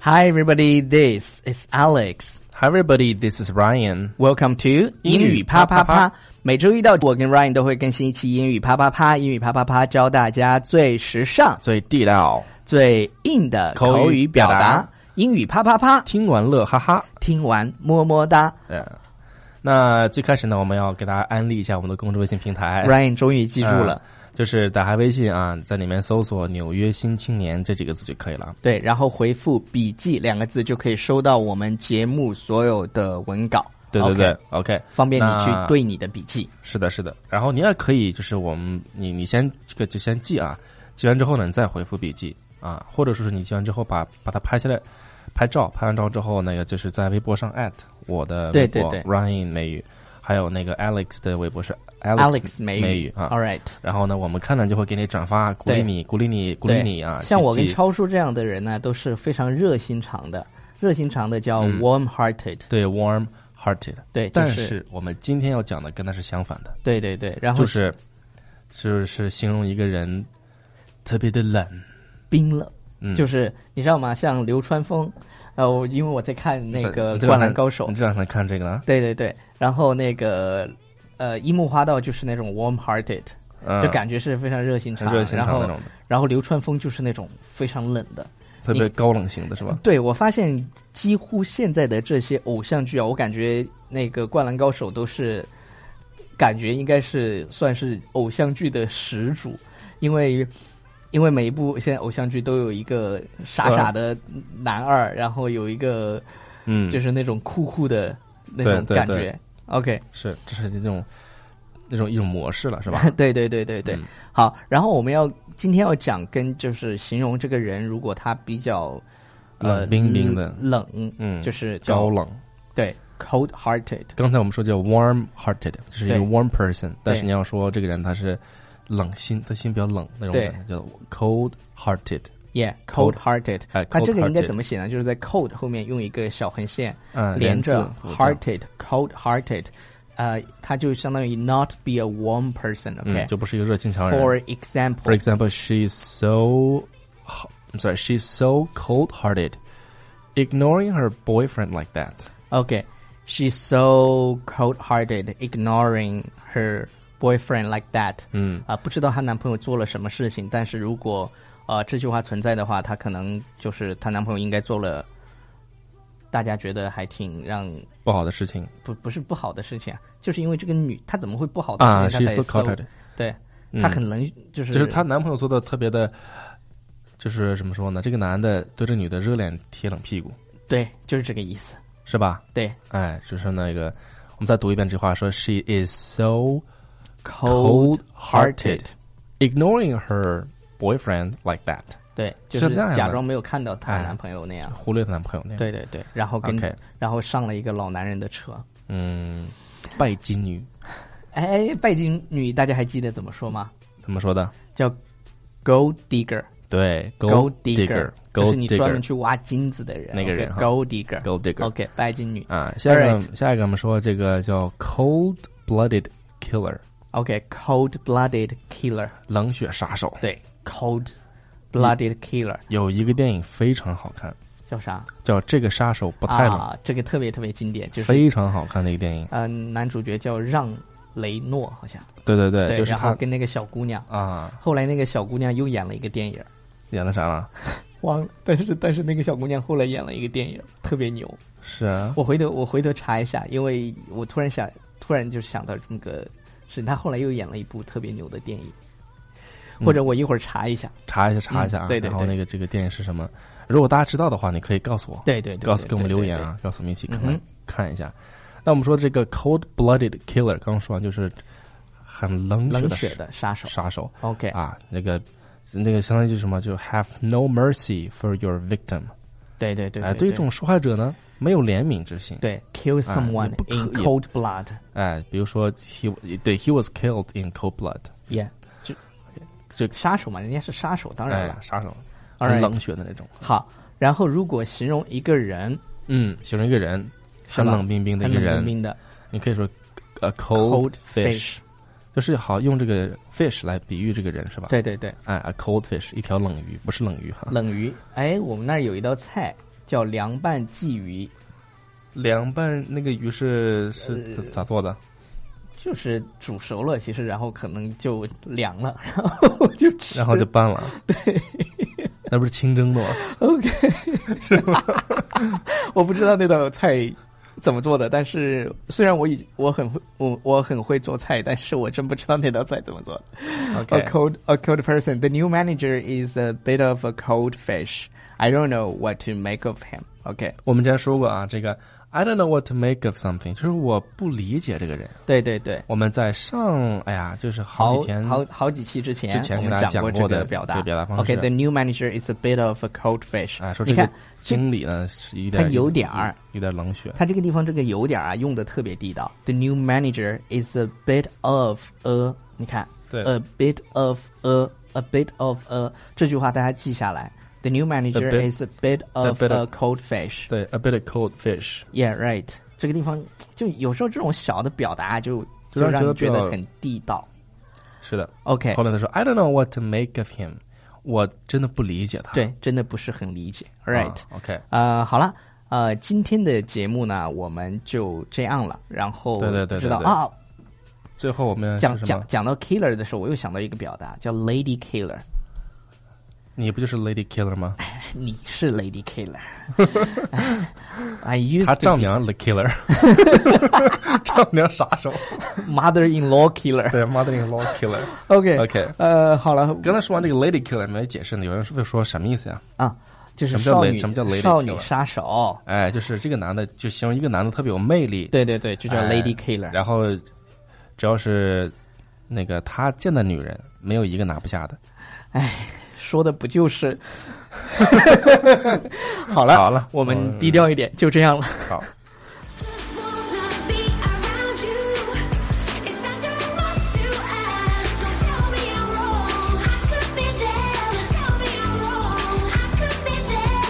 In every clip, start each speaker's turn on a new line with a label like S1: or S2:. S1: Hi, everybody. This is Alex.
S2: Hi, everybody. This is Ryan.
S1: Welcome to 英语啪啪啪。每周一到我跟 Ryan 都会更新一期英语啪啪啪。英语啪啪啪教大家最时尚、
S2: 最地道，
S1: 最硬的口
S2: 口
S1: 语
S2: 语
S1: 表
S2: 表达
S1: 达。英语啪啪啪，
S2: 听完乐哈哈。
S1: 听完么么哒。
S2: 呃，那最开始呢，我们要给大家安利一下我们的公众微信平台，
S1: Ryan 终于记住了。
S2: 嗯就是打开微信啊，在里面搜索“纽约新青年”这几个字就可以了。
S1: 对，然后回复“笔记”两个字就可以收到我们节目所有的文稿。
S2: 对对
S1: OK，
S2: 对，OK，,
S1: 方便你去
S2: 那
S1: 对你的笔记。
S2: 是的，是的。然后你也可以，就是我们你你先这个就先记啊，记完之后呢，你再回复笔记啊，或者说是你记完之后把把它拍下来，拍照，拍完照之后，那个就是在微博上 at 我的微博
S1: 对对对
S2: Ryan 美语，还有那个 Alex 的微博是
S1: Alex
S2: 美
S1: 美语
S2: 啊。
S1: All right，
S2: 然后呢，我们看了就会给你转发，鼓励
S1: 对
S2: 你，鼓励你，鼓励
S1: 对
S2: 你啊！
S1: 像
S2: 去
S1: 我跟
S2: 记
S1: 超叔这样的人呢，都是非常热心肠的。热心肠的叫
S2: 嗯
S1: warm-hearted，、
S2: 对 warm hearted，
S1: 对，就
S2: 但
S1: 是
S2: 是我们今天要讲的跟它是相反的，
S1: 对对对，然后
S2: 就是就是形容一个人特别的冷，
S1: 冰冷，
S2: 嗯，
S1: 就是你知道吗？像流川枫，呃，我因为我在看那个《
S2: 你这
S1: 灌
S2: 两
S1: 篮
S2: 天
S1: 高手
S2: 你》，这两天看这个了？
S1: 对对对，然后那个呃，樱木花道就是那种 warm-hearted，
S2: 嗯，
S1: 就感觉是非常热心
S2: 很
S1: 肠，
S2: 热心
S1: 然
S2: 肠那
S1: 后
S2: 种的，
S1: 然后流川枫就是那种非常冷的。
S2: 特别高冷型的是吧？
S1: 对我发现，几乎现在的这些偶像剧啊，我感觉那个《灌篮高手》都是，感觉应该是算是偶像剧的始祖，因为因为每一部现在偶像剧都有一个傻傻的男二，然后有一个
S2: 嗯，
S1: 就是那种酷酷的那种
S2: 对对
S1: 感觉。
S2: 对
S1: OK，
S2: 是这是那种那种一种模式了 是吧？
S1: 对对对对对，
S2: 嗯
S1: 好，然后我们要今天要讲跟就是形容这个人，如果他比较呃
S2: 冷冰冰的
S1: 冷，
S2: 嗯，
S1: 就是叫
S2: 高冷。
S1: 对 cold hearted，
S2: 刚才我们说叫 warm hearted，就是一个
S1: 对
S2: warm person，但是
S1: 对
S2: 你要说这个人他是冷心，他心比较冷那种
S1: 对
S2: 人，叫 cold hearted。
S1: yeah cold hearted，
S2: 哎，
S1: 它啊这个应该怎
S2: 么
S1: 么写呢？就是在 cold 后面用一个小横线
S2: 嗯
S1: 连着
S2: 字符
S1: hearted cold hearted，呃，它就相当于 not be a warm
S2: 嗯，
S1: person，OK、
S2: 就不是一个热心肠人。
S1: For
S2: For
S1: example，
S2: example, she's so, I'm sorry, she's so cold-hearted, ignoring her boyfriend like that.
S1: Okay. She's so cold hearted, ignoring her boyfriend like that.
S2: 嗯，
S1: 啊、不知道她男朋友做了什么事情，但是如果呃这句话存在的话，她可能就是她男朋友应该做了，大家觉得还挺让
S2: 不好的事情
S1: 不不是不好的事情啊，就是因为这个女她怎么会不好的
S2: 啊
S1: 事情？
S2: ，she's
S1: 她才
S2: so
S1: so
S2: cold-hearted，
S1: 对，
S2: 嗯
S1: 她很能就是
S2: 就是她男朋友做的特别的，就是怎么说呢？这个男的对这女的热脸贴冷屁股，
S1: 对，就是这个意思。
S2: 是吧？
S1: 对
S2: 哎，就是那个，我们再读一遍这句话，说 she is so
S1: hearted
S2: cold-hearted, ignoring her boyfriend like that，
S1: 对，就是是
S2: 那样
S1: 假
S2: 的
S1: 装没有看到她
S2: 哎
S1: 男朋友那样。
S2: 忽略她男朋友那样。，
S1: 对对对，然后跟
S2: OK
S1: 然后上了一个老男人的车。
S2: 嗯，拜金女
S1: 哎，拜金女大家还记得怎么说吗？
S2: 怎么说的？
S1: 叫 gold digger，
S2: 对
S1: Gold digger，就
S2: digger，gold
S1: 是你专门
S2: digger，
S1: 去挖金子的人。
S2: 那个人哈
S1: gold digger。
S2: gold digger。
S1: OK，拜金女。
S2: 啊，下一个下一个我们说这个叫 cold blooded killer，
S1: OK，cold-blooded killer。
S2: 冷血杀手。
S1: 对，cold-blooded killer
S2: 有一个电影非常好看，
S1: 叫啥？
S2: 叫《这个杀手不太冷》，
S1: 啊，这个特别特别经典，就是
S2: 非常好看的一个电影。
S1: 呃，男主角叫让雷诺，好像
S2: 对对对，
S1: 对，
S2: 就是
S1: 然后
S2: 他
S1: 跟那个小姑娘。
S2: 啊，
S1: 后来那个小姑娘又演了一个电影，
S2: 演的啥了？
S1: 忘了。但是但是那个小姑娘后来演了一个电影，特别牛。
S2: 是啊，
S1: 我回头我回头查一下，因为我突然想，突然就想到这么个事。他后来又演了一部特别牛的电影，
S2: 嗯
S1: 或者我一会儿查一下。
S2: 查一下查一下啊。
S1: 嗯对对
S2: 然后
S1: 对
S2: 那个这个电影是什么？如果大家知道的话，你可以告诉我，
S1: 对对对，
S2: 告诉给我们
S1: 对
S2: 留言。啊，告诉我们一起看
S1: 嗯
S2: 看
S1: 哼
S2: 看一下。那我们说这个 cold blooded killer，刚刚说完就是很冷
S1: 对对
S2: 血
S1: 冷
S2: 的
S1: 血的杀手。
S2: 杀手。
S1: OK，
S2: 啊，那个那个相当于就是什么，就 have no mercy for your victim。
S1: 对对对
S2: 哎，
S1: 对
S2: 对于这种受害者呢，没有怜悯之心。，
S1: 对 kill
S2: 哎
S1: someone
S2: 也不可
S1: in
S2: 以
S1: cold blood。
S2: 哎，比如说 he 对 he was killed in cold blood，
S1: Yeah，就
S2: 这
S1: 杀手嘛，人家是杀手，当然
S2: 哎
S1: 了，。
S2: 杀手，
S1: All
S2: 很
S1: right
S2: 冷血的那种。
S1: 好，然后如果形容一个人
S2: 嗯，形容一个人，
S1: 是
S2: 很
S1: 吧
S2: 冷冰冰的一
S1: 冷
S2: 个
S1: 冰
S2: 人，
S1: 冰的
S2: 你可以说呃 a
S1: cold
S2: cold fish，就是好用这个 fish 来比喻这个人是吧？，啊
S1: 对对对，
S2: 哎，a cold fish，一条冷鱼，不是冷鱼哈。
S1: 冷鱼。哎，我们那儿有一道菜叫凉拌鲫鱼，
S2: 凉拌那个鱼是是咋咋做的？
S1: 就是煮熟了，其实然后可能就凉了，然后就吃，
S2: 然后就拌了，
S1: 对
S2: 那不是清蒸的 吗？
S1: ，OK，
S2: 是吗？
S1: 我不知道那道菜怎么做的，但是虽然我已我很会我我很会做菜，但是我真不知道那道菜怎么做。A
S2: OK
S1: cold a cold person. The new manager is a bit of a cold fish. I don't know what to make of him. OK，
S2: 我们之前说过啊，这个 I don't know what to make of something，就是我不理解这个人。
S1: 对对对，
S2: 我们在上，哎呀，就是好
S1: 好
S2: 几天，
S1: 好好几期之前
S2: 之前
S1: 我
S2: 给
S1: 们
S2: 大家
S1: 过
S2: 讲
S1: 这
S2: 过
S1: 个
S2: 的
S1: 表
S2: 这
S1: 达。
S2: 个表达方式
S1: OK，the new manager is a bit of a cold fish.
S2: 哎，说
S1: 你
S2: 这
S1: 看
S2: 个经理呢是有
S1: 他
S2: 点
S1: 有点儿，
S2: 有点冷血。
S1: 他这个地方这个有点儿啊，用的特别地道。The new manager is a bit of a，你看
S2: 对
S1: ，a bit of a a bit of a 这句话大家记下来。The new manager
S2: bit-
S1: is a bit of
S2: bit
S1: a
S2: of-
S1: cold fish.
S2: 对，a bit of cold fish，
S1: Yeah, right。这个地方就有时候这种小的表达就
S2: 就
S1: 就
S2: 让
S1: 让你
S2: 人
S1: 觉
S2: 觉得比
S1: 得
S2: 较
S1: 很地道。
S2: 是的。
S1: OK，
S2: 后面他说 I don't know what to make of him，我真的不理解他。
S1: 对，真的不是很理解。
S2: 啊
S1: Right，、
S2: OK，
S1: 呃，好了，呃，今天的节目呢，我们就这样了。然后
S2: 对对对对
S1: 知道
S2: 对
S1: 啊，
S2: 最后我们
S1: 讲
S2: 是什么
S1: 讲？讲到 killer 的时候，我又想到一个表达叫 lady killer，
S2: 你不就是 lady killer 吗？
S1: 你是 lady killer。I used
S2: 他
S1: to
S2: 丈
S1: be
S2: 娘 the killer，丈娘杀手，
S1: mother-in-law killer。
S2: 对，mother in law killer。
S1: OK
S2: OK
S1: 呃，好了，
S2: 刚才说完这个 lady killer 没解释呢，有人会说什么意思呀？
S1: 啊，就是
S2: 什么叫
S1: 少
S2: la-
S1: 女
S2: 什么叫 lady
S1: 少女
S2: killer？
S1: 杀手。
S2: 哎，就是这个男的就形容一个男的特别有魅力，
S1: 对对对，就叫
S2: 哎
S1: lady killer。
S2: 然后只要是那个他见的女人，没有一个拿不下的。
S1: 说的不就是？ 好了，
S2: 好了
S1: 我们低调一点，就这样了。
S2: 好。
S3: Just wanna be around you. It's not too much to ask. Don't tell me I'm wrong. I could be there. Don't tell me I'm wrong. I could be there.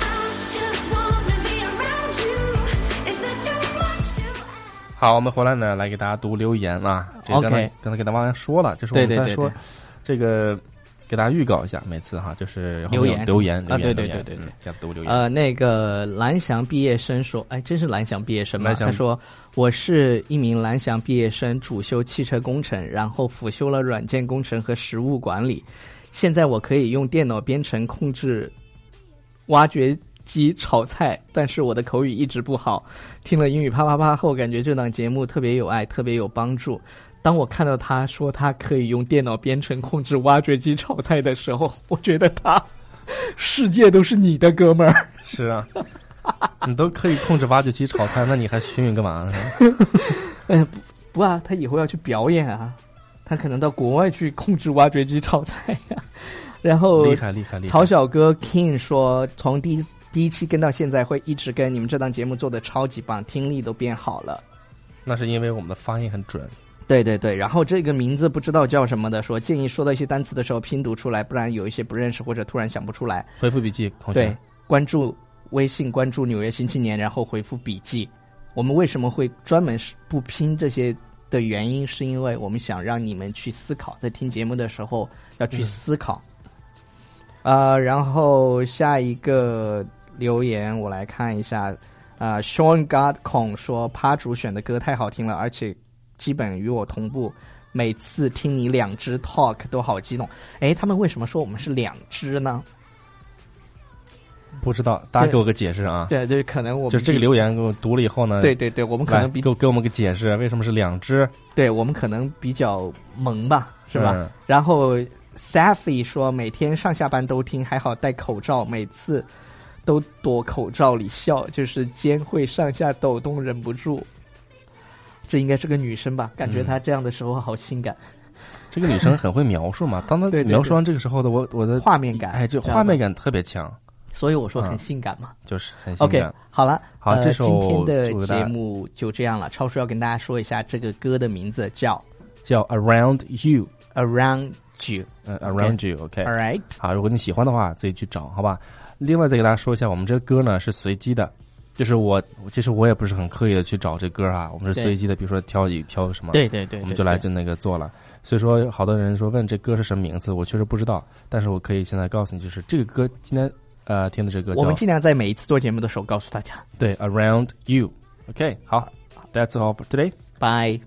S3: I just wanna be around you. It's not too much to ask.
S2: 好，我们回来呢，来给大家读留言啊。这刚才
S1: OK
S2: 刚才给大家说了，这是我们
S1: 对对
S2: 在
S1: 对
S2: 说
S1: 对
S2: 这个，给大家预告一下，每次哈，就是后面有
S1: 留言
S2: 留言
S1: 啊
S2: 留
S1: 对
S2: 言
S1: 对
S2: 留言
S1: 对对对
S2: 嗯要读留言。
S1: 呃，那个蓝翔毕业生说，哎，真是蓝翔毕业生吗？
S2: 蓝翔
S1: 他说，我是一名蓝翔毕业生，主修汽车工程，然后辅修了软件工程和实物管理，现在我可以用电脑编程控制挖掘机炒菜，但是我的口语一直不好。听了英语啪啪啪后，感觉这档节目特别有爱，特别有帮助。当我看到他说他可以用电脑编程控制挖掘机炒菜的时候，我觉得他 世界都是你的，哥们儿。
S2: 是啊， 你都可以控制挖掘机炒菜，那你还寻觅干嘛呢？
S1: 不啊，他以后要去表演啊，他可能到国外去控制挖掘机炒菜呀、 然后
S2: 厉害厉害厉害！
S1: 曹小哥 King 说，从第一第一期跟到现在，会一直跟你们这档节目做的超级棒，听力都变好了。
S2: 那是因为我们的发音很准。
S1: 对对对，然后这个名字不知道叫什么的，说建议说到一些单词的时候拼读出来，不然有一些不认识或者突然想不出来。
S2: 回复笔记，同学
S1: 对，，关注微信，关注《纽约新青年》，然后回复笔记。我们为什么会专门是不拼这些的原因，是因为我们想让你们去思考，在听节目的时候要去思考。呃，然后下一个留言我来看一下，啊、s e a n Godcon 说趴主选的歌太好听了，而且基本与我同步。每次听你两只 talk 都好激动，哎，他们为什么说我们是两只呢？
S2: 不知道，大家
S1: 对
S2: 给我个解释啊！
S1: 对对，可能我们
S2: 就这
S1: 比
S2: 个留言给我读了以后呢，
S1: 对，对对，我们可能比
S2: 给我给我们个解释，啊为什么是两只，
S1: 对我们可能比较萌吧，是吧？
S2: 嗯
S1: 然后 Safi 说每天上下班都听，还好戴口罩，每次都躲口罩里笑，就是肩会上下抖动，忍不住。这应该是个女生吧？感觉
S2: 嗯
S1: 她这样的时候好性感，
S2: 这个女生很会描述嘛，当她
S1: 对对对
S2: 描述完这个时候的我，我的
S1: 画面感，
S2: 哎，这
S1: 知道
S2: 画面
S1: 吧，
S2: 感特别强，
S1: 所以我说很
S2: 嗯
S1: 性感嘛。
S2: 就是很性
S1: OK，
S2: 感。
S1: 好了，
S2: 好
S1: 呃
S2: 这首
S1: 今天的
S2: 祝大
S1: 节
S2: 家
S1: 目就这样了。超叔要跟大家说一下，这个歌的名字叫
S2: 叫 Around You，
S1: 《Around You
S2: 嗯，Around You，OK、》
S1: ，All right。
S2: 好，如果你喜欢的话，自己去找，好吧。另外再给大家说一下，我们这个歌呢是随机的，就是我其实我也不是很刻意的去找这歌啊，我们是
S1: 对
S2: 随机的，比如说挑一挑什么，
S1: 对对对，
S2: 我
S1: 对
S2: 们就来
S1: 对
S2: 这那个做了。所以说，好多人说问这歌是什么名字，我确实不知道，但是我可以现在告诉你，就是这个歌今天呃听的这个
S1: 我
S2: 叫
S1: 们尽量在每一次做节目的时候告诉大家。
S2: 对 Around You。OK，好，That's all for today。
S1: 拜。